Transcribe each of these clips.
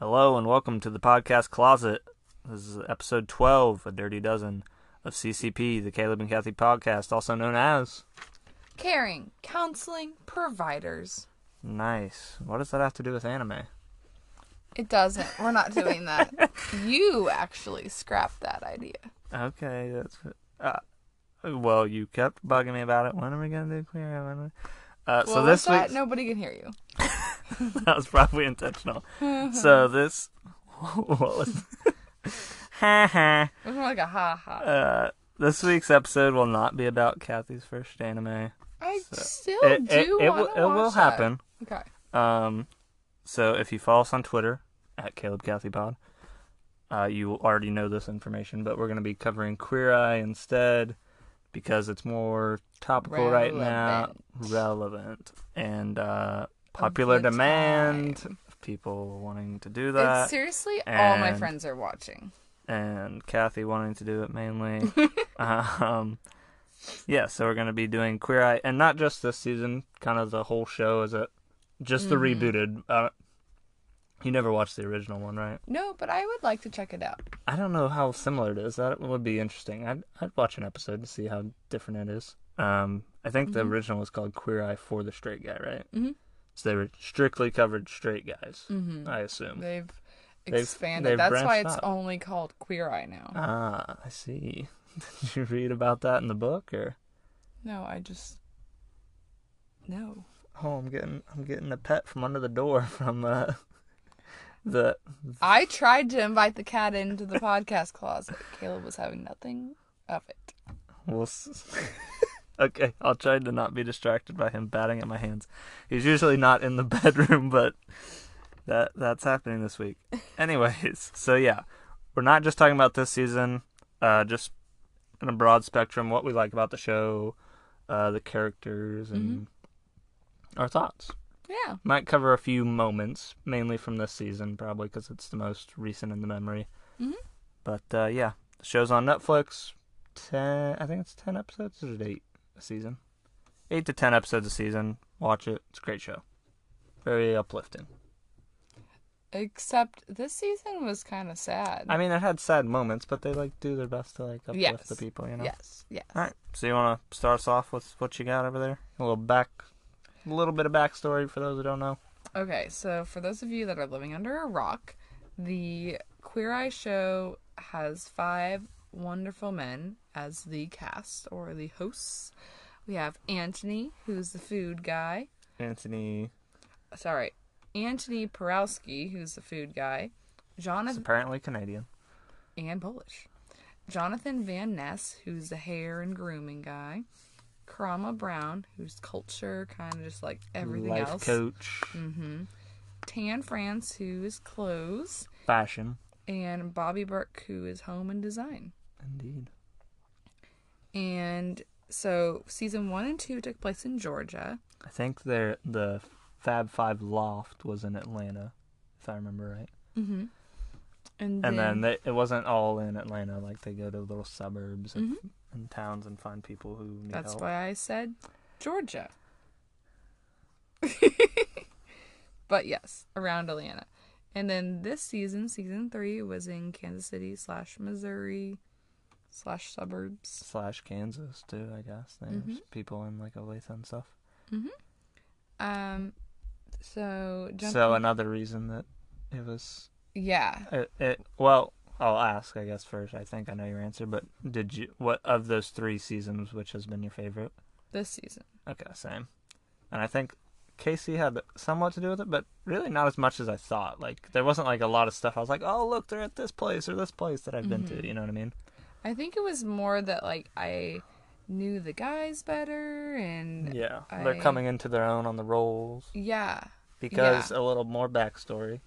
and welcome to the podcast closet. This is episode 12, A Dirty Dozen, of CCP, the Caleb and Kathy podcast, also known as. Caring, counseling, providers. Nice. What does that have to do with anime? It doesn't. We're not doing that. you actually scrapped that idea. Okay, that's. Uh, well, you kept bugging me about it. When are we going to do Clear? When are we... uh, Well, so this that, week nobody can hear you. that was probably intentional. so this, what was? ha ha. It was more like a ha ha. Uh, this week's episode will not be about Kathy's first anime. I so- still it, do. it, it, wanna will, it will watch that. happen. Okay. Um, so if you follow us on Twitter at Caleb Kathy Pod, uh, you already know this information, but we're going to be covering Queer Eye instead because it's more topical right now, relevant, and uh, popular the demand. time. of People wanting to do It's that, seriously all my and- friends are watching. and Kathy wanting to do it mainly. um, yeah, so we're going to be doing Queer Eye, and not just this season, kind of the whole show, is it? Just the rebooted. Uh, you never watched the original one, right? No, but I would like to check it out. I don't know how similar it is. That would be interesting. I'd, I'd watch an episode to see how different it is. Um, I think the original was called Queer Eye for the Straight Guy, right? Mhm. So they were strictly covered straight guys, Mm-hmm. I assume. They've They've- expanded. they've That's why branched it's out. only called Queer Eye now. Ah, I see. Did you read about that in the book, or? No, I just no. Oh, I'm getting I'm getting a pet from under the door from uh, the I tried to invite the cat into the podcast closet. Caleb was having nothing of it. we'll. s- okay, I'll try to not be distracted by him batting at my hands. He's usually not in the bedroom, but that that's happening this week. Anyways, so yeah, we're not just talking about this season, uh, just in a broad spectrum, what we like about the show, uh, the characters, and our thoughts. Yeah. Might cover a few moments, mainly from this season, probably because it's the most recent in the memory. Mhm. But uh, yeah, the show's on Netflix. Ten, I think it's ten episodes or is it eight a season. Eight to ten episodes a season. Watch it. It's a great show. Very uplifting. Except this season was kind of sad. I mean, it had sad moments, but they like do their best to like uplift Yes. the people, you know. Yes. Yes. All right. So you want to start us off with what you got over there? A little back, a little bit of backstory for those who don't know. Okay, so for those of you that are living under a rock, the Queer Eye show has five wonderful men as the cast or the hosts. We have Anthony, who's the food guy. Anthony Sorry, Anthony Porowski, who's the food guy. is Jonathan apparently Canadian. and Polish. Jonathan Van Ness, who's the hair and grooming guy. Karama Brown, who's culture, kind of just like everything Life else. coach. Tan France, who is clothes. fashion. and Bobby Burke, who is home and design. Indeed. And so season one and two took place in Georgia. I think their the Fab Five loft was in Atlanta, if I remember right. Mm-hmm. And, And then, then they, it wasn't all in Atlanta. Like they go to little suburbs and, and towns and find people who need Mm-hmm. that's help. why I said Georgia. but yes, around Atlanta. And then this season, season three, was in Kansas City slash Missouri slash suburbs. Slash Kansas too, I guess. There's Mm-hmm. people in like Olathe and stuff. Um, so jump- So another reason that it was yeah, it, it. Well, I'll ask. I guess first. I think I know your answer, but did you what of those three seasons? Which has been your favorite? this season. Okay, same. And I think Casey had somewhat to do with it, but really not as much as I thought. Like there wasn't like a lot of stuff. I was like, oh look, they're at this place or this place that I've been Mm-hmm. to. You know what I mean? I think it was more that like I knew the guys better and Yeah, I- they're coming into their own on the roles yeah. because a little more backstory.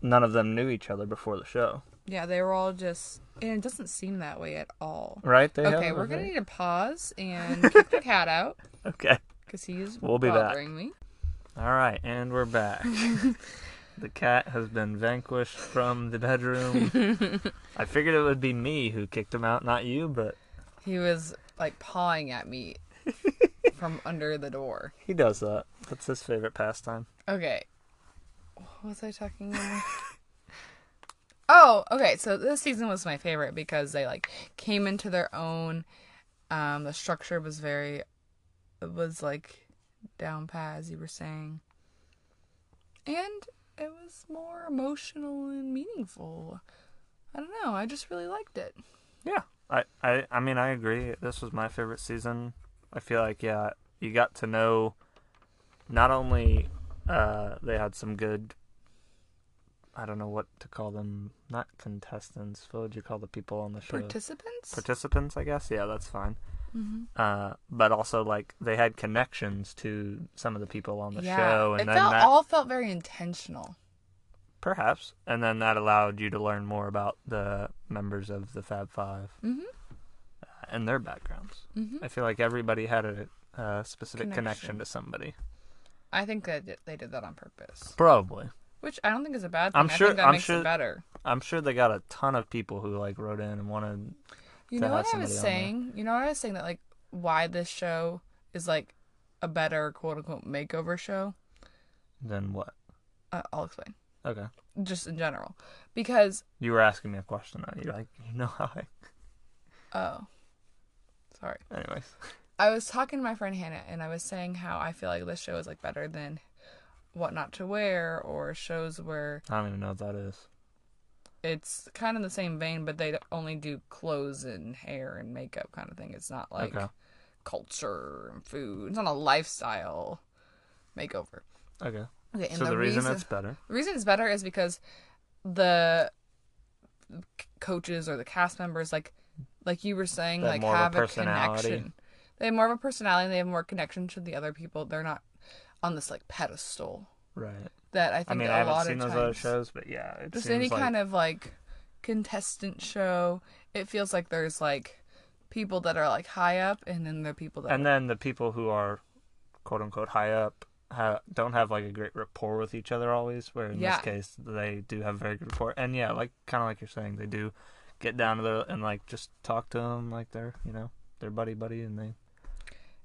None of them knew each other before the show, Yeah, they were all just and it doesn't seem that way at all. right? They okay, have a we're going to very- need to pause and kick the cat out Okay, cuz he's We'll be back. bothering me. all right, and we're back. the cat has been vanquished from the bedroom. I figured it would be me who kicked him out, not you, but He was like pawing at me from under the door. He does that. That's his favorite pastime. Okay. What was I talking about? Oh, okay. So this season was my favorite because they like came into their own. Um, the structure was very, it was like down pat as you were saying, and it was more emotional and meaningful. I don't know. I just really liked it. Yeah, I, I, I mean, I agree. This was my favorite season. I feel like, yeah, you got to know not only uh, they had some good, I don't know what to call them, not contestants, what would you call the people on the show? Participants. Participants, I guess. Yeah, that's fine. mm-hmm. Uh, but also, like, they had connections to some of the people on the yeah. show. And it then felt that, all felt very intentional. Perhaps. And then that allowed you to learn more about the members of the Fab Five Mm-hmm. and their backgrounds. Mm-hmm. I feel like everybody had a, a specific connection. Connection. to somebody. I think that it- they did that on purpose, Probably. which I don't think is a bad thing. I'm I sure- think that I'm makes sure- it better. I'm sure they got a ton of people who like wrote in and wanted. You to have know what I somebody was on there. saying? You know what I was saying that like why this show is like a better quote unquote makeover show? Then what? Uh, I'll explain. Okay. Just in general, because You were asking me a question though. You're like, you know how I. oh, sorry. Anyways. I was talking to my friend Hannah and I was saying how I feel like this show is like better than what not to wear or shows where I don't even know what that is. it's kind of the same vein, but they only do clothes and hair and makeup kind of thing. It's not like Okay. culture and food. It's not a lifestyle makeover. Okay. Okay, and so the, the, reason, it's better. the reason it's better is because the c- coaches or the cast members, like like you were saying, They have like more of a have a, personality. connection. They have more of a personality. They have more connection to the other people. They're not on this like pedestal Right. that I think I mean, a I haven't lot seen of those times other shows, but yeah, it just seems any like kind of like contestant show it feels like there's like people that are like high up and then there are people that and then the people who are quote unquote high up ha- don't have like a great rapport with each other always where in Yeah. this case they do have very good rapport and yeah like kind of like you're saying they do get down to their and like just talk to them like they're you know their buddy buddy and they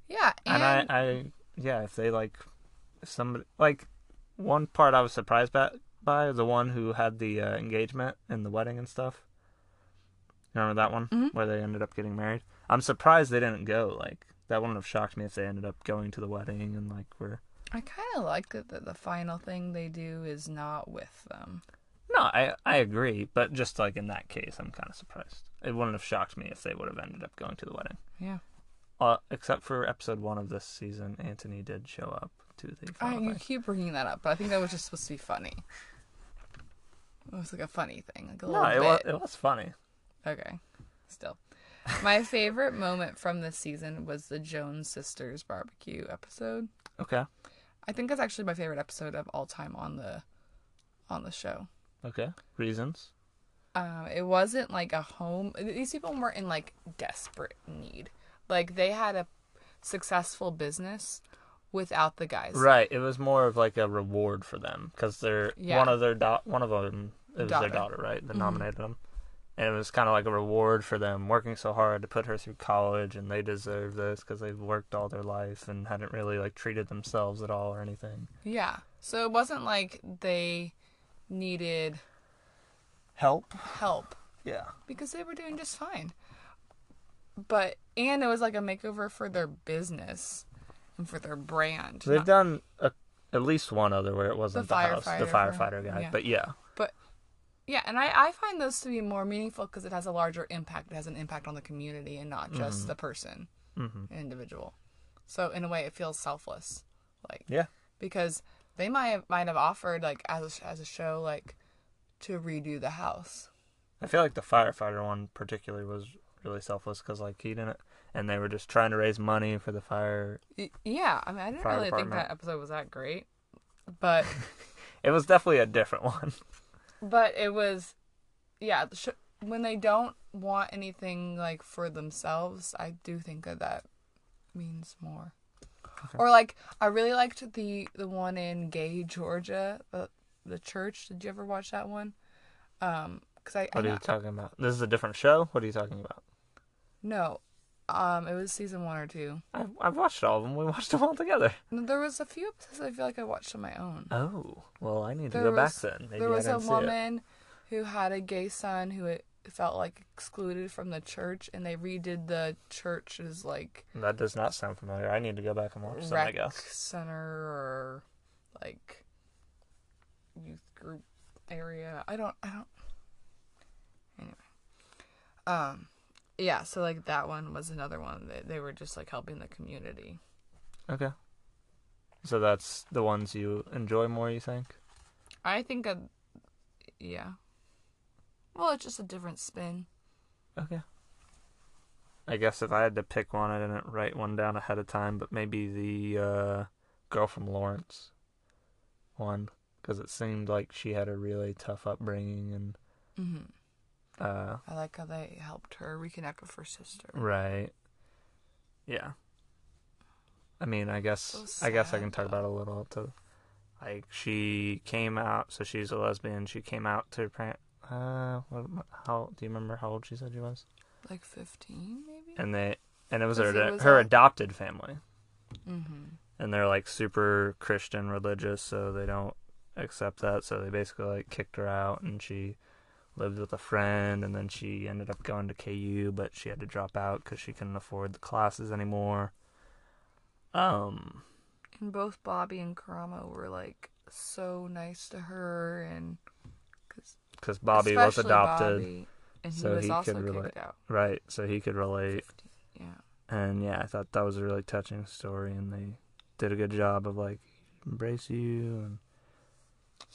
yeah and, and, I, I yeah if they like if somebody like one part i was surprised by, by the one who had the uh, engagement and the wedding and stuff You remember that one Mhm. where they ended up getting married i'm surprised they didn't go like that wouldn't have shocked me if they ended up going to the wedding and like were I kind of like that the, the final thing they do is not with um, them no i i agree but just like in that case i'm kind of surprised it wouldn't have shocked me if they would have ended up going to the wedding yeah uh, except for episode one of this season antony did show up to the I, final you thing. keep bringing that up but I think that was just supposed to be funny it was like a funny thing like a no little it bit was, it was funny okay still my favorite moment from this season was the Jones sisters barbecue episode okay I think that's actually my favorite episode of all time on the on the show. Okay. Reasons. Um, it wasn't like a home. These people weren't in like desperate need. Like they had a successful business without the guys. Right. It was more of like a reward for them because they're Yeah. one of their da- one of them. It was Daughter. Mm-hmm. their daughter, right? That nominated them, and it was kind of like a reward for them working so hard to put her through college, and they deserve this because they've worked all their life and hadn't really like treated themselves at all or anything. Yeah. So it wasn't like they needed Help. help Yeah. because they were doing just fine. But and it was like a makeover for their business and for their brand. So they've Not- done a, at least one other where it wasn't the, house, the firefighter. firefighter guy, Yeah. but yeah, But yeah, and I, I find those to be more meaningful because it has a larger impact. It has an impact on the community and not just the person, Mhm. an individual. So in a way, it feels selfless, like yeah, because they might have, might have offered like as a, as a show like to redo the house. I feel like the firefighter one particularly was really selfless because like he didn't, and they were just trying to raise money for the fire. Y- Yeah, I mean, I didn't Fire really think department. that episode was that great, but It was definitely a different one. but it was, yeah. The sh- when they don't want anything like for themselves, I do think that that means more. Or like I really liked the the one in Gay Georgia, the the church. Did you ever watch that one? Um, cause I, I What are you talking about? This is a different show. What are you talking about? no, um, it was season one or two. I've, I've watched all of them. We watched them all together. No, There was a few episodes I feel like I watched on my own. Oh, well, I need to There go back was- then. Maybe there was I a didn't see it. woman who had a gay son who it felt like excluded from the church, and they redid the church's like That does not sound familiar. I need to go back and watch that, I rec guess. center or like youth group area. I don't. I don't. Anyway, um, yeah. So like that one was another one that they were just like helping the community. Okay. So that's the ones you enjoy more, you think? I think a, yeah. Well, it's just a different spin. Okay. I guess if I had to pick one, I didn't write one down ahead of time, but maybe the uh, girl from Lawrence one, because it seemed like she had a really tough upbringing and hmm uh, I like how they helped her reconnect with her sister. right. Yeah. I mean, I guess So I guess I sad, can talk though. about it a little too. Like she came out, so she's a lesbian. She came out to her parents. Uh, what, how do you remember how old she said she was? Like fifteen, maybe. And they and it was her Because it was her like- adopted family. Mm-hmm. and they're like super Christian religious, so they don't accept that. So they basically like kicked her out, and she lived with a friend, and then she ended up going to KU, but she had to drop out because she couldn't afford the classes anymore. Um, And both Bobby and Karama were like so nice to her, and cause because Bobby was especially adopted, Bobby, and he so was he also could kicked relate. out. right? So he could relate, 15, yeah. and yeah, I thought that was a really touching story, and they did a good job of like embrace you and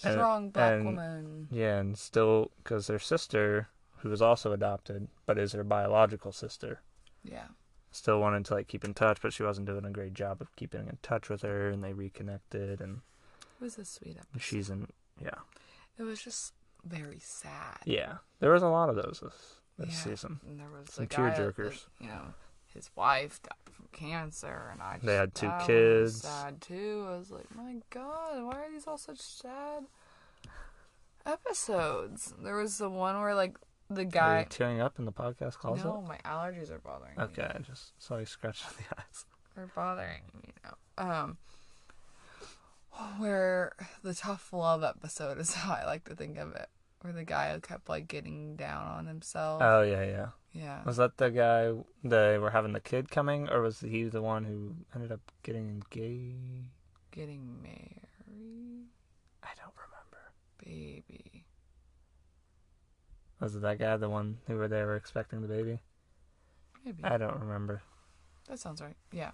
And- Strong black and- woman. Yeah, and still, because their sister, who was also adopted, but is her biological sister, Yeah. still wanted to like keep in touch, but she wasn't doing a great job of keeping in touch with her, and they reconnected, and It was a sweet episode. she's in. Yeah, It was just very sad. yeah. There was a lot of those this, this Yeah. season. And there was Some a guy, tearjerkers. that, you know, his wife died from cancer, and I just, They had two that one was kids. Sad too. I was like, my God, why are these all such sad episodes? There was the one where like the Are you guy. tearing up in the podcast closet? No, my allergies are bothering me. Okay, I just saw you scratch the eyes. They're bothering me now. Um, where the tough love episode is how I like to think of it, where the guy kept like getting down on himself. Oh yeah, yeah. yeah. Was that the guy they were having the kid coming, or was he the one who ended up getting engaged? getting married, I don't remember. baby. Was it that guy, the one who were they were expecting the baby? Maybe. I don't remember. that sounds right. Yeah.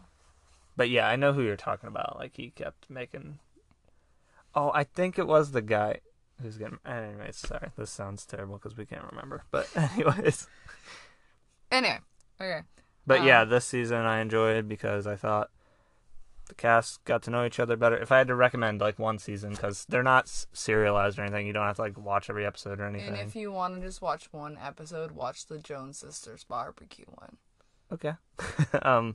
But yeah, I know who you're talking about. Like he kept making. Oh, I think it was the guy who's getting. Anyways, sorry, this sounds terrible because we can't remember. But anyways, Anyway, okay. but yeah, Um, this season I enjoyed because I thought the cast got to know each other better. If I had to recommend like one season, because they're not s- serialized or anything, you don't have to like watch every episode or anything. And if you want to just watch one episode, watch the Jones Sisters barbecue one. Okay. um.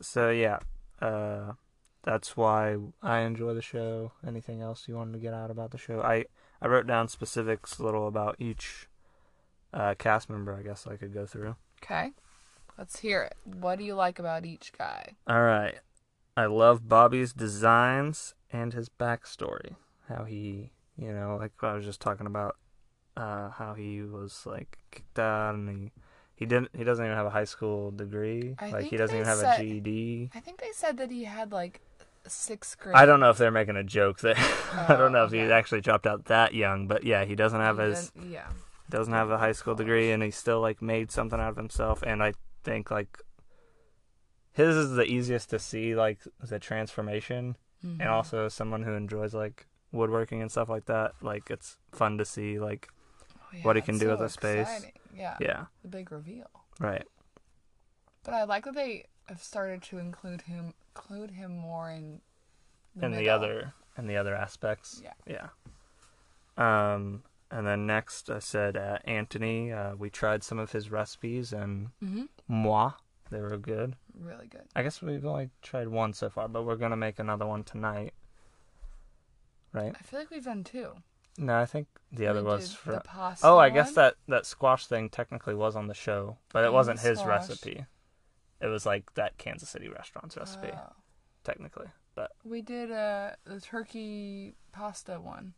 So yeah, uh, that's why I enjoy the show. Anything else you wanted to get out about the show? I I wrote down specifics, little about each uh, cast member. I guess I could go through. Okay. Let's hear it. What do you like about each guy? All right. I love Bobby's designs and his backstory. How he, you know, like what I was just talking about, uh, how he was like kicked out and he. He didn't. He doesn't even have a high school degree. I like he think doesn't they even have said- a E GED. I think they said that he had like sixth grade. I don't know if they're making a joke there. I Oh, don't know if he okay. actually dropped out that young, but yeah, he doesn't have He his didn't- Yeah. doesn't have a high school degree, and he still like made something out of himself. And I think like his is the easiest to see like the transformation, and also as someone who enjoys like woodworking and stuff like that. Like it's fun to see like Oh, what he can do with a his space. Yeah. yeah The big reveal. right But I like that they have started to include him include him more in and the middle. other and the other aspects. Yeah. Yeah. Um, and then next I said uh, Anthony. Uh, we tried some of his recipes and Mhm. moi. They were good. really good. I guess we've only tried one so far, but we're gonna make another one tonight. Right? I feel like we've done two. No, I think the other We was did for. the pasta. oh, I guess one. that that squash thing technically was on the show, but it And wasn't Oh, the his squash. recipe. It was like that Kansas City restaurant's recipe, Oh. technically. But we did uh, the turkey pasta one.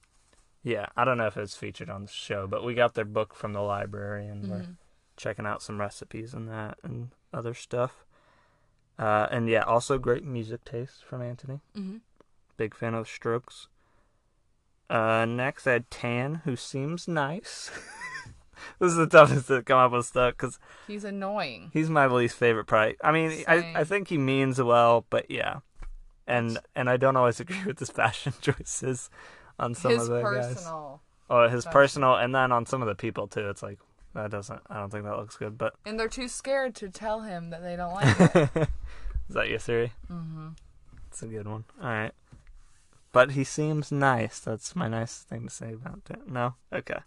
Yeah, I don't know if it's featured on the show, but we got their book from the library and we're Mm-hmm. checking out some recipes and that and other stuff. Uh, and yeah, also great music taste from Anthony. Mm-hmm. Big fan of the Strokes. Uh, next, I had Tan, who seems nice. this is the toughest to come up with stuff because He's annoying. he's my least favorite. Probably, I mean, I, I Same. think he means well, but yeah, and and I don't always agree with his fashion choices on some of His the guys. personal. Oh, his Fashion. personal, and then on some of the people too. It's like that doesn't. I don't think that looks good. But And they're too scared to tell him that they don't like it. is that your theory? Mm-hmm. It's a good one. All right. But he seems nice. That's my nice thing to say about that. No. Okay.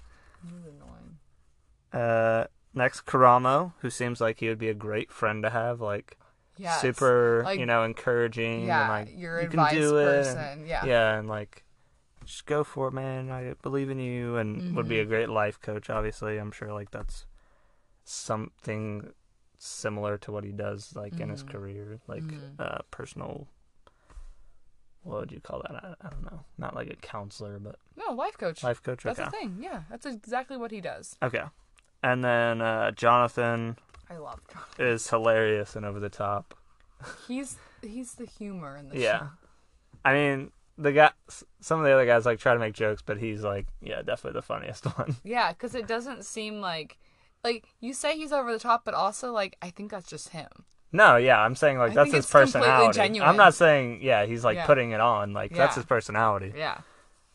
He's annoying. Uh, next Karamo, who seems like he would be a great friend to have. Like Yeah. it's- super, Like- you know, encouraging. Yeah, and like, your you advice can do It. person. yeah. And, yeah. and like, just go for it, man. I believe in you, and would Mm-hmm. be a great life coach. Obviously, I'm sure like that's something similar to what he does, like in Mm-hmm. his career, like uh, personal. What would you call that? I, I don't know. Not like a counselor, but No, life coach. life coach. That's Okay. the thing. Yeah, that's exactly what he does. Okay. And then uh, Jonathan I love Jonathan. is hilarious and over the top. He's he's the humor in the Yeah. show. I mean, the guy, s- some of the other guys like try to make jokes, but he's like, yeah, definitely the funniest one. Yeah, because it doesn't seem like like you say he's over the top, but also like I think that's just him. No, yeah, I'm saying like I that's think his it's completely personality. genuine. I'm not saying yeah, he's like Yeah. putting it on. Like that's Yeah. his personality. Yeah.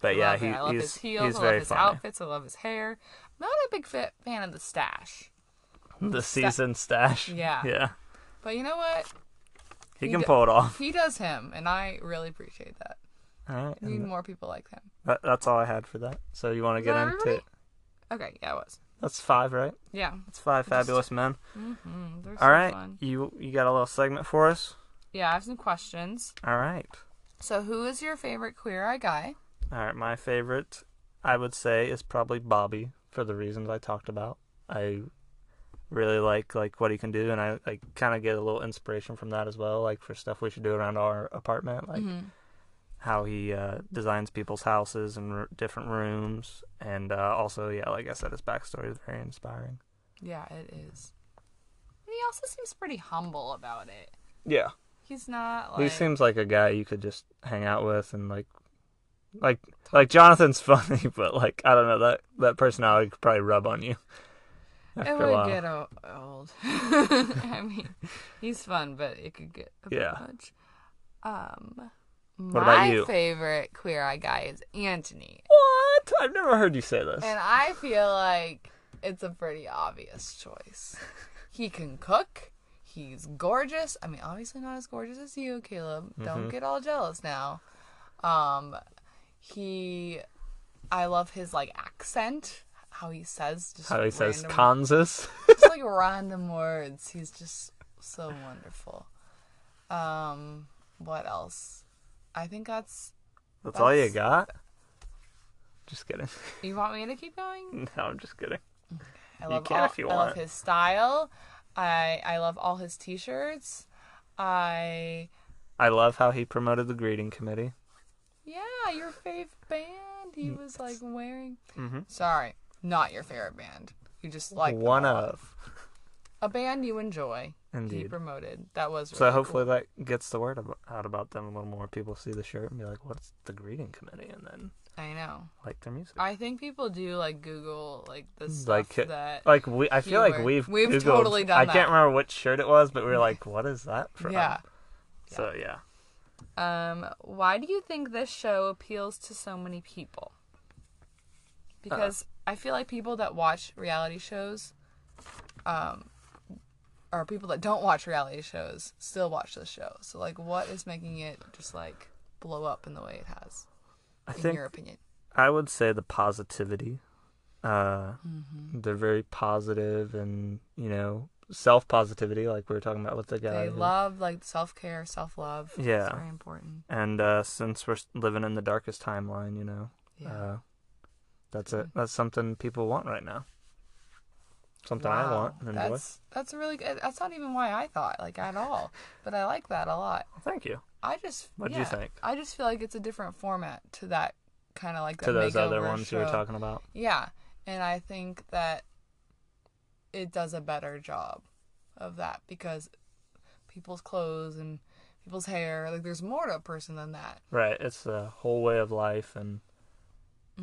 But I yeah, love he, it. I love he's his heels. he's I love very his funny. outfits. I love his hair. I'm not a big fit fan of the stash, The season stash. Yeah. yeah, but you know what? he, He can d- pull it off. He does him, and I really appreciate that. All right, We need and more people like him. that, that's all I had for that. So you want to Is get that into? everybody? Okay, yeah, it was. That's five, right? Yeah, That's five fabulous men. Mm, they're so All right, fun. you you got a little segment for us. Yeah, I have some questions. All right. So, who is your favorite queer eye guy? All right, my favorite, I would say, is probably Bobby for the reasons I talked about. I really like like what he can do, and I like kind of get a little inspiration from that as well, like for stuff we should do around our apartment, Mm-hmm. like how he uh, designs people's houses and r- different rooms, and uh, also yeah, like I said, his backstory is very inspiring. Yeah, it is. And he also seems pretty humble about it. Yeah, He's not like he seems like a guy you could just hang out with and like. Like, like Jonathan's funny, but like I don't know that that personality could probably rub on you. After it a would while. get o- old. I mean, he's fun, but it could get a bit Yeah. much. Um, about my you? favorite queer eye guy is Anthony, What? I've never heard you say this. and I feel like it's a pretty obvious choice. He can cook. He's gorgeous. I mean, obviously not as gorgeous as you, Caleb. Mm-hmm. Don't get all jealous now. Um, he, I love his like accent. How he says just How he says random Kansas. just like random words. He's just so wonderful. Um, what else? I think that's. That's all you That's- got? Just kidding. You want me to keep going? No, I'm just kidding. I love can all, if you I love want. his style. I I love all his T-shirts. I I love how he promoted the greeting committee. yeah, your fave band. He Mm. was like wearing. Sorry, not your favorite band. You just like them One all. of. a band you enjoy. He Indeed. promoted. That was really So hopefully that gets the word ab- out about them a little more. People see the shirt and be like, what's the greeting committee? And then cool. I know. like their music. I think people do like Google like the like, stuff that like we, I feel like keyword. we've We've Googled- totally done I that. can't remember which shirt it was, but we were like, "What is that from?" yeah. So yeah, Um, why do you think this show appeals to so many people? Because I feel like people that watch reality shows, um, or people that don't watch reality shows still watch the show. So like, what is making it just like blow up in the way it has? I In think your opinion, I would say the positivity. Uh, Mm-hmm. They're very positive and, you know, self positivity, like we were talking about with the guy. they who- love like self care, self love. Yeah. it's very important. and uh, since we're s- living in the darkest timeline, you know, Yeah. uh, that's it. That's something people want right now. Something I want and enjoy. that's that's really good. That's not even why I thought like at all, but I like that a lot. Thank you. I just What do yeah, you think? I just feel like it's a different format to that kind of like to that those other makeover ones you were show. talking about. Yeah, and I think that it does a better job of that because people's clothes and people's hair, like there's more to a person than that. Right. It's the whole way of life. And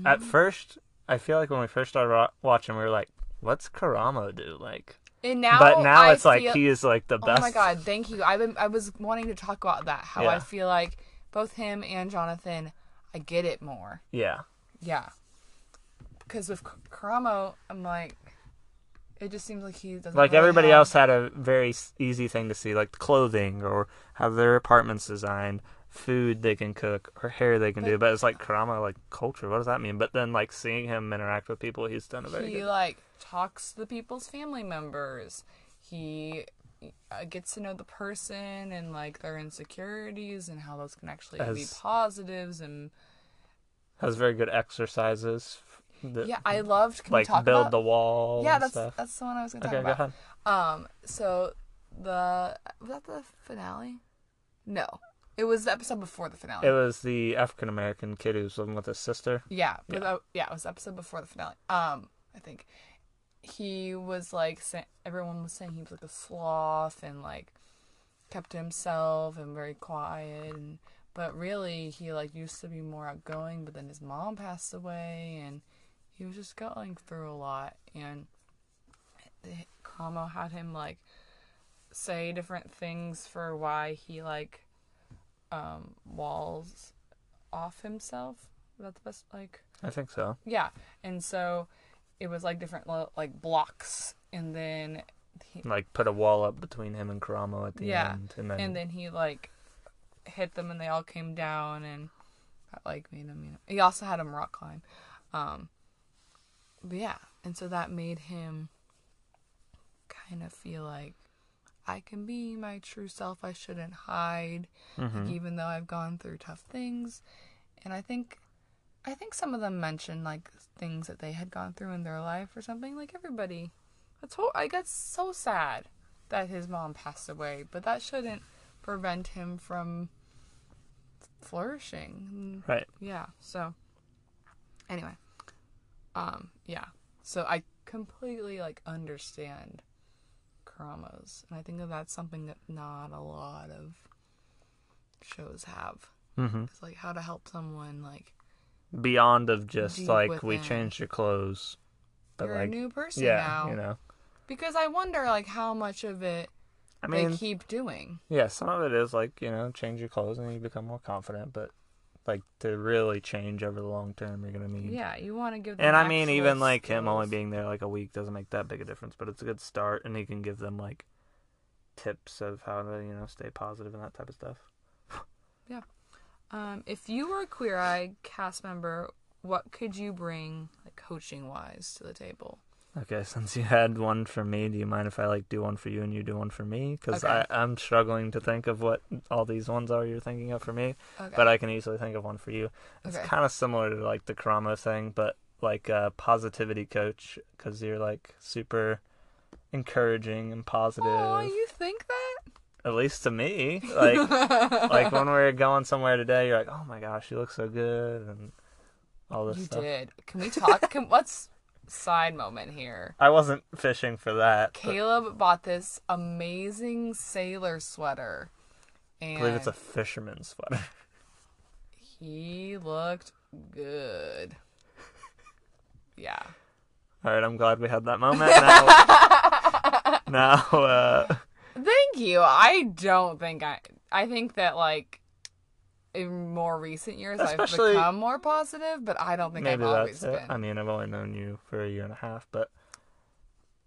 at Mm-hmm. first, I feel like when we first started wa- watching, we were like, what's Karamo do? Like, And now, but now I it's like feel- he is like the Oh best. my god, thank you. I've been I was wanting to talk about that. How I Yeah. feel like both him and Jonathan, I get it more. Yeah. Yeah. Because with K- Karamo, I'm like, it just seems like he doesn't. Like really everybody have- else had a very s- easy thing to see, like the clothing or how their apartment's designed, food they can cook or hair they can do. But it's like Karama, like culture. What does that mean? But then like seeing him interact with people, he's done a very He good. like talks to the people's family members. He uh, gets to know the person and like their insecurities and how those can actually be As- positives and Has very good exercises. That, yeah, I loved. Can we like talk build about the wall. yeah, and that's stuff. that's the one I was gonna talk okay. Go about. ahead. Um, so the was that the finale? No, it was the episode before the finale. It was the African American kid who's living with his sister. yeah, but Yeah. that- yeah, it was the episode before the finale. Um, I think he was like sa- everyone was saying he was like a sloth and like kept to himself and very quiet and but really he like used to be more outgoing but then his mom passed away and he was just going through a lot and the- Kamo had him like say different things for why he like um walls off himself is that the best like I think so. yeah and so it was like different lo- like blocks and then he, Like put a wall up between him and Karamo at the Yeah, end, and then, and then he like hit them and they all came down and that like made him you know he also had him rock climb um but yeah and so that made him kind of feel like i can be my true self i shouldn't hide like, even though i've gone through tough things and i think i think some of them mentioned like things that they had gone through in their life or something like everybody that's whole i got so sad that his mom passed away but that shouldn't prevent him from flourishing Mm, right. yeah. So anyway. Um, yeah. So I completely like understand Karamos. And I think that that's something that not a lot of shows have. Mm-hmm. It's like how to help someone like Beyond of just Deep like we within. changed your clothes, but you're like a new person yeah, now. you know. Because I wonder like how much of it I mean, they keep doing. yeah, some of it is like you know, change your clothes and you become more confident, but like to really change over the long term, you're gonna need. Yeah, you want to give them And I mean, actual even like him only skills. being there like a week doesn't make that big a difference, but it's a good start, and he can give them like tips of how to you know stay positive and that type of stuff. Um, if you were a Queer Eye cast member, what could you bring, like coaching wise, to the table? Okay, since you had one for me, do you mind if I like do one for you and you do one for me? Because Okay. I'm struggling to think of what all these ones are you're thinking of for me, Okay. but I can easily think of one for you. It's Okay. kind of similar to like the Karamo thing, but like a positivity coach because you're like super encouraging and positive, Oh, you think that? at least to me. Like like when we're going somewhere today, you're like, oh my gosh, you look so good and all this You stuff. did. Can we talk? Can, what's side moment here? I wasn't fishing for that. but Caleb bought this amazing sailor sweater, I and believe it's a fisherman's sweater. he looked good. Yeah. All right, I'm glad we had that moment. Now, now uh, Thank you. I don't think I. I think that like in more recent years, Especially- I've become more positive, but I don't think maybe I've always that's it. been. I mean, I've only known you for a year and a half, but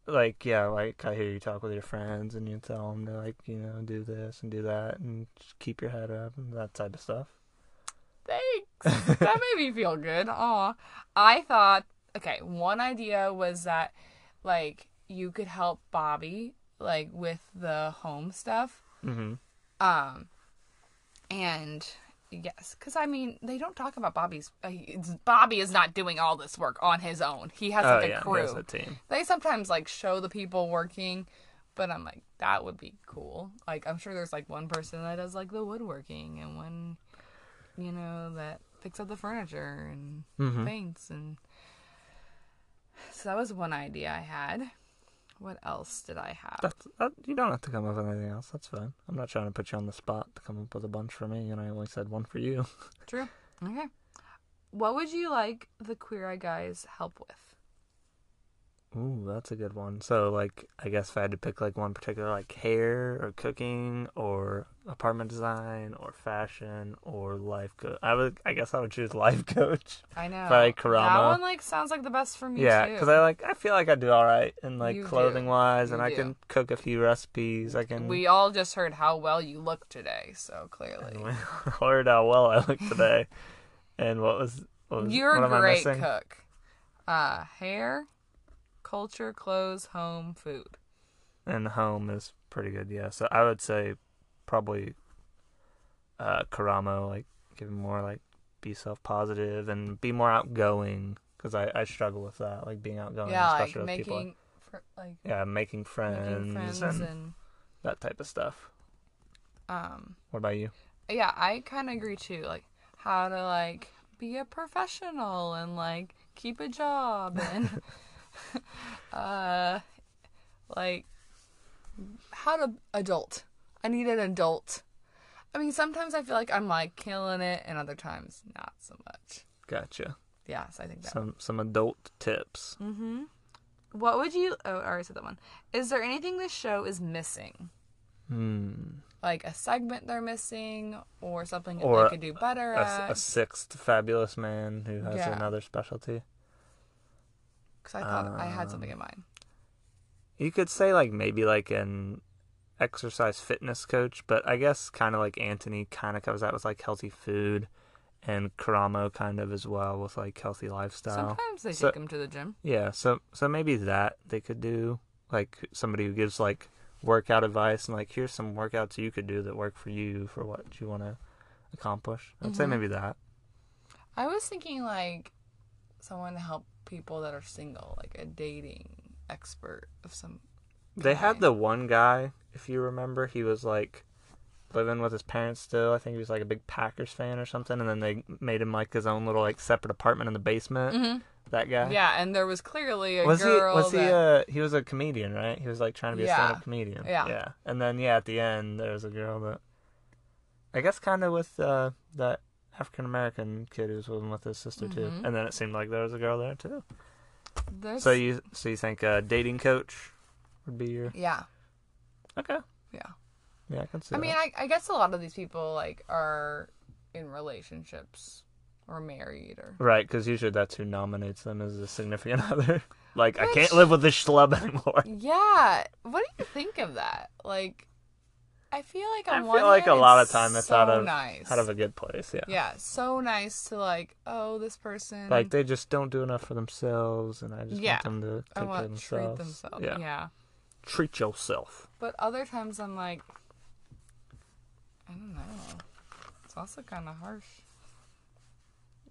like, yeah, like I hear you talk with your friends and you tell them to like, you know, do this and do that and just keep your head up and that type of stuff. Thanks. that made me feel good. Aw. I thought okay. One idea was that like you could help Bobby like with the home stuff. Mm-hmm. Um, and yes, because I mean they don't talk about Bobby's. Uh, it's- Bobby is not doing all this work on his own. He has Oh like a yeah, crew. there's a team. they sometimes like show the people working but i'm like that would be cool like i'm sure there's like one person that does like the woodworking and one you know that fix up the furniture and Mhm. paints and so that was one idea I had. What else did I have? That's that, you don't have to come up with anything else. That's fine. I'm not trying to put you on the spot to come up with a bunch for me, and I only said one for you. True. Okay. What would you like the queer eye guys help with? Ooh, that's a good one. So, like, I guess if I had to pick like one particular, like hair or cooking or apartment design or fashion or life coach, I would. I guess I would choose life coach. I know. By That Karama. one like sounds like the best for me yeah, too. because I like. I feel like I do all right in like You do. clothing wise, and You I do. can cook a few recipes. I can. we all just heard how well you look today, so clearly. I heard how well I look today, and what was. What was You're what a am I great missing? cook. Uh, hair, culture, clothes, home, food. and home is pretty good. Yeah, so I would say probably uh, Karamo, like give him more like be self positive and be more outgoing because I, I struggle with that, like being outgoing, yeah, like especially with people. making, fr- like Yeah, making friends, making friends and, and, that type of stuff. um, What about you? yeah, I kind of agree too. Like how to like be a professional and like keep a job and uh, like how to adult. I need an adult. I mean, sometimes I feel like I'm like killing it, and other times not so much. Gotcha. Yeah, so I think that Some some adult tips. Mm-hmm. What would you? Oh, I already said that one. Is there anything this show is missing? Hmm. Like a segment they're missing, or something Or they could do better A, s- a at? sixth fabulous man who has Uh, Yeah. another specialty. Because I thought I had something um, in mind. You could say like maybe like an exercise fitness coach, but I guess kind of like Anthony kind of covers that with like healthy food, and Karamo kind of as well with like healthy lifestyle. Sometimes they So- take him to the gym. Yeah, so so maybe that they could do like somebody who gives like workout advice and like here's some workouts you could do that work for you for what you want to accomplish. I'd say Mhm. maybe that. I was thinking like someone to help people that are single, like a dating expert of some. They had Okay. the one guy, if you remember, he was like living with his parents still. I think he was like a big Packers fan or something, and then they made him like his own little like separate apartment in the basement. Mhm. That guy. Yeah, and there was clearly a Uh, Was he girl. was he that- uh he was a comedian, right? He was like trying to be a Yeah. stand up comedian. Yeah. Yeah. And then yeah, at the end there was a girl that I guess kinda with uh that African American kid who was living with his sister too. Mhm. And then it seemed like there was a girl there too. there's- uh, So you so you think uh dating coach would be your yeah, Okay. yeah. Yeah, I can see I mean, that. I, I guess a lot of these people like are in relationships or married or. Right, because usually that's who nominates them as a significant other. Like, I Which- can't live with this schlub anymore. Yeah, what do you think of that? Like, I feel like I on feel one like a hand, lot of time it's so out of- nice. Out of a good place, yeah. yeah, so nice to like, oh, this person Like, they just don't do enough for themselves, and I just Yeah. want them to take I care of want to themselves. treat themselves. Yeah. Yeah. Treat yourself. but other times I'm like, I don't know. It's also kind of harsh.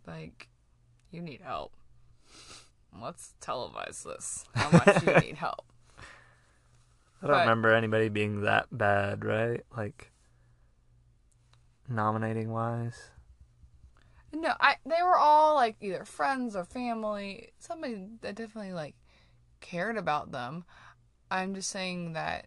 Like, you need help. Let's televise this. How much you need help. I don't But- remember anybody being that bad, right? Like, nominating wise. No, I they were all like either friends or family, somebody that definitely like cared about them. I'm just saying that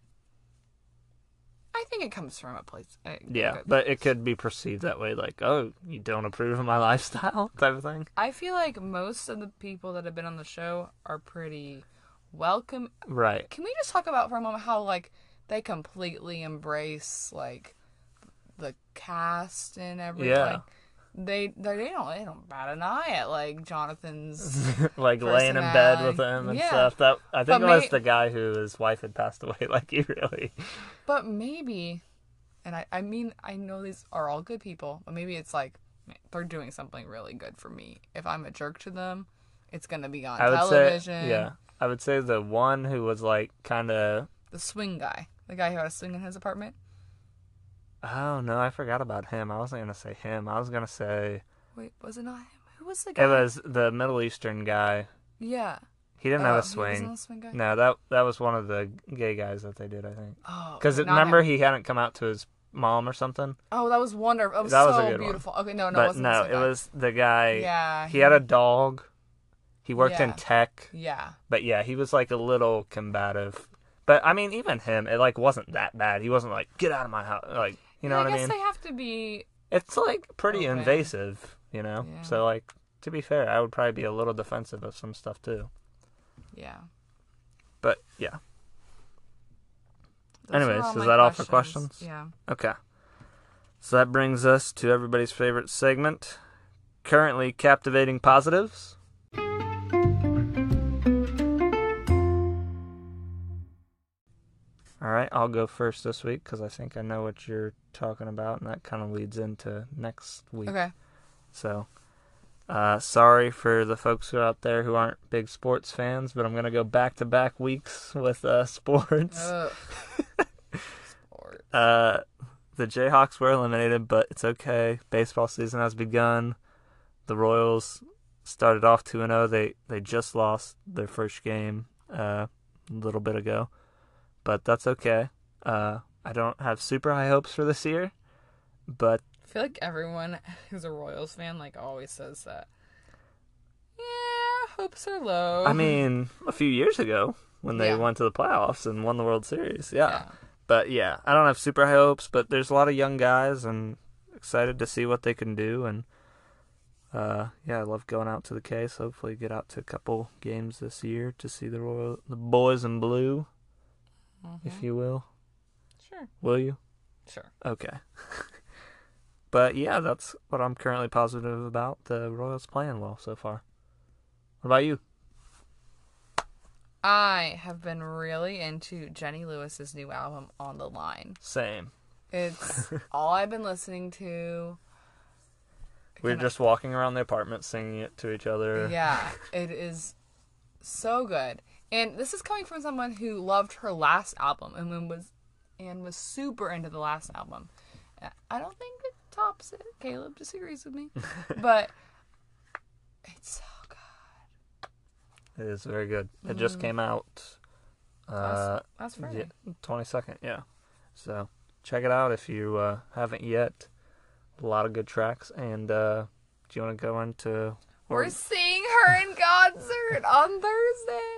I think it comes from a place. a Yeah, good- but it could be perceived that way, like, oh, you don't approve of my lifestyle type of thing. I feel like most of the people that have been on the show are pretty welcome. Right. Can we just talk about for a moment how like they completely embrace like the cast and everything? Yeah. Like, they they they don't they don't bat an eye at like Jonathan's like laying in bed with Personality. him and Yeah. stuff. That I think But it was may- the guy who his wife had passed away. Like he really, But maybe, and I, I mean, I know these are all good people, but maybe it's like they're doing something really good for me. If I'm a jerk to them, it's going to be on I would television. say, yeah, I would say the one who was like kind of. The swing guy, the guy who had a swing in his apartment. Oh no, I forgot about him. I wasn't gonna say him. I was gonna say Wait, was it not him? Who was the guy? it was the Middle Eastern guy. Yeah. He didn't Oh, have a He wasn't swing. the swing guy? No, that that was one of the gay guys that they did. I think Oh. because not remember him. he hadn't come out to his mom or something. Oh, that was wonderful. That was That so was a good one. beautiful. Okay, Oh, no, no, it but wasn't the no, same it guy. was the guy. Yeah, He had a dog. He worked in Yeah. tech, Yeah. but yeah, he was like a little combative. But I mean, even him, it like wasn't that bad. He wasn't like get out of my house, like you know yeah, what I I guess mean. they have to be. It's like pretty Open. invasive, you know. Yeah. So like to be fair, I would probably be a little defensive of some stuff too. Yeah. But yeah, Those are Anyways, all is my that all for questions? Yeah. okay. So that brings us to everybody's favorite segment, currently captivating positives. All right, I'll go first this week because I think I know what you're talking about, and that kind of leads into next week. Okay. So, uh, sorry for the folks who are out there who aren't big sports fans, but I'm going to go back to back weeks with uh, sports. Ugh. Sport. Uh, the Jayhawks were eliminated, but it's okay. Baseball season has begun. The Royals started off 2 0. They, they just lost their first game uh, a little bit ago, but that's okay. Uh, I don't have super high hopes for this year, but I feel like everyone who's a Royals fan like always says that. Yeah, hopes are low. I mean, a few years ago when they Mm-hmm. Yeah. went to the playoffs and won the World Series. Yeah. yeah. But yeah, I don't have super high hopes, but there's a lot of young guys and excited to see what they can do and uh yeah, I love going out to the case. Hopefully get out to a couple games this year to see the Royal the boys in blue, Mhm. if you will. Sure. Will you? Sure. Okay. but yeah, that's what I'm currently positive about. The Royals playing well so far. What about you? I have been really into Jenny Lewis's new album On the Line. Same. It's all I've been listening to. We were Can I- just walking around the apartment singing it to each other. Yeah, it is so good. And this is coming from someone who loved her last album and then was and was super into the last album. Uh, I don't think it tops it. Caleb disagrees with me, but it's so good. It is very good. It just came out uh, Last, last Friday. yeah, 22nd, yeah. So check it out if you uh, haven't yet. A lot of good tracks. And uh, do you want to go into We're seeing her in concert on Thursday,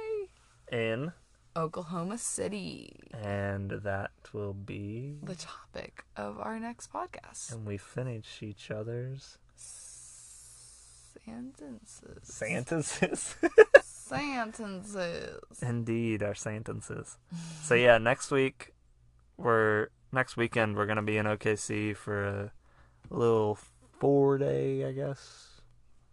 in? Oklahoma City. And that will be. The topic of our next podcast. And we finish each other's Sentences. sentences. Sentences. Indeed, our sentences. So yeah, next week we're next weekend we're gonna be in OKC for a little four day, I guess,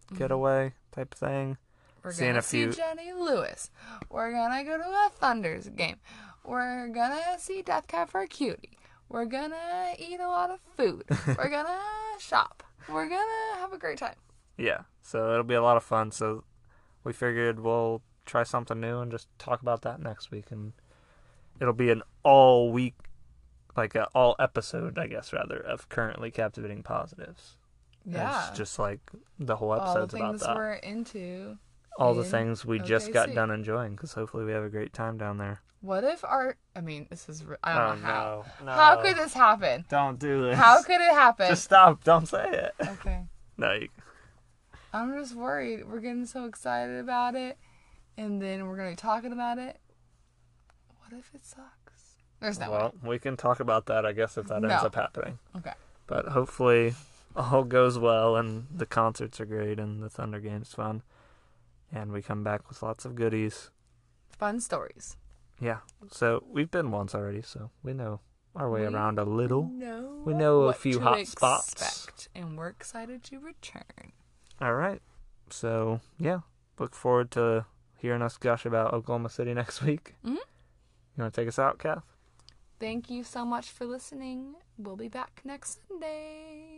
Mm-hmm. getaway type thing. We're Seeing gonna a few- see Jenny Lewis. We're gonna go to a Thunder's game. We're gonna see Death Cab for a Cutie. We're gonna eat a lot of food. We're gonna shop. We're gonna have a great time. Yeah, so it'll be a lot of fun. So we figured we'll try something new and just talk about that next week, and it'll be an all week, like a all episode, I guess, rather of currently captivating positives. And Yeah. it's just like the whole All the episode's about things that. we're into. all the in things we just got OKC. done enjoying because hopefully we have a great time down there. What if our? I mean, this is. re- I don't know Oh, how. Oh, no, no. How could this happen? Don't do this. How could it happen? Just stop. Don't say it. Okay. No, you... I'm just worried. We're getting so excited about it, and then we're gonna be talking about it. What if it sucks? There's no well, we can talk about that, I guess, if that ends No. up happening. way. Okay. But hopefully all goes well and the concerts are great and the Thunder game's fun. And we come back with lots of goodies. Fun stories. Yeah. So we've been once already, so we know our way We around a little. know We know a what few to hot spots. expect, and we're excited to return. All right. So, yeah. Look forward to hearing us gush about Oklahoma City next week. Mhm. You want to take us out, Kath? Thank you so much for listening. We'll be back next Sunday.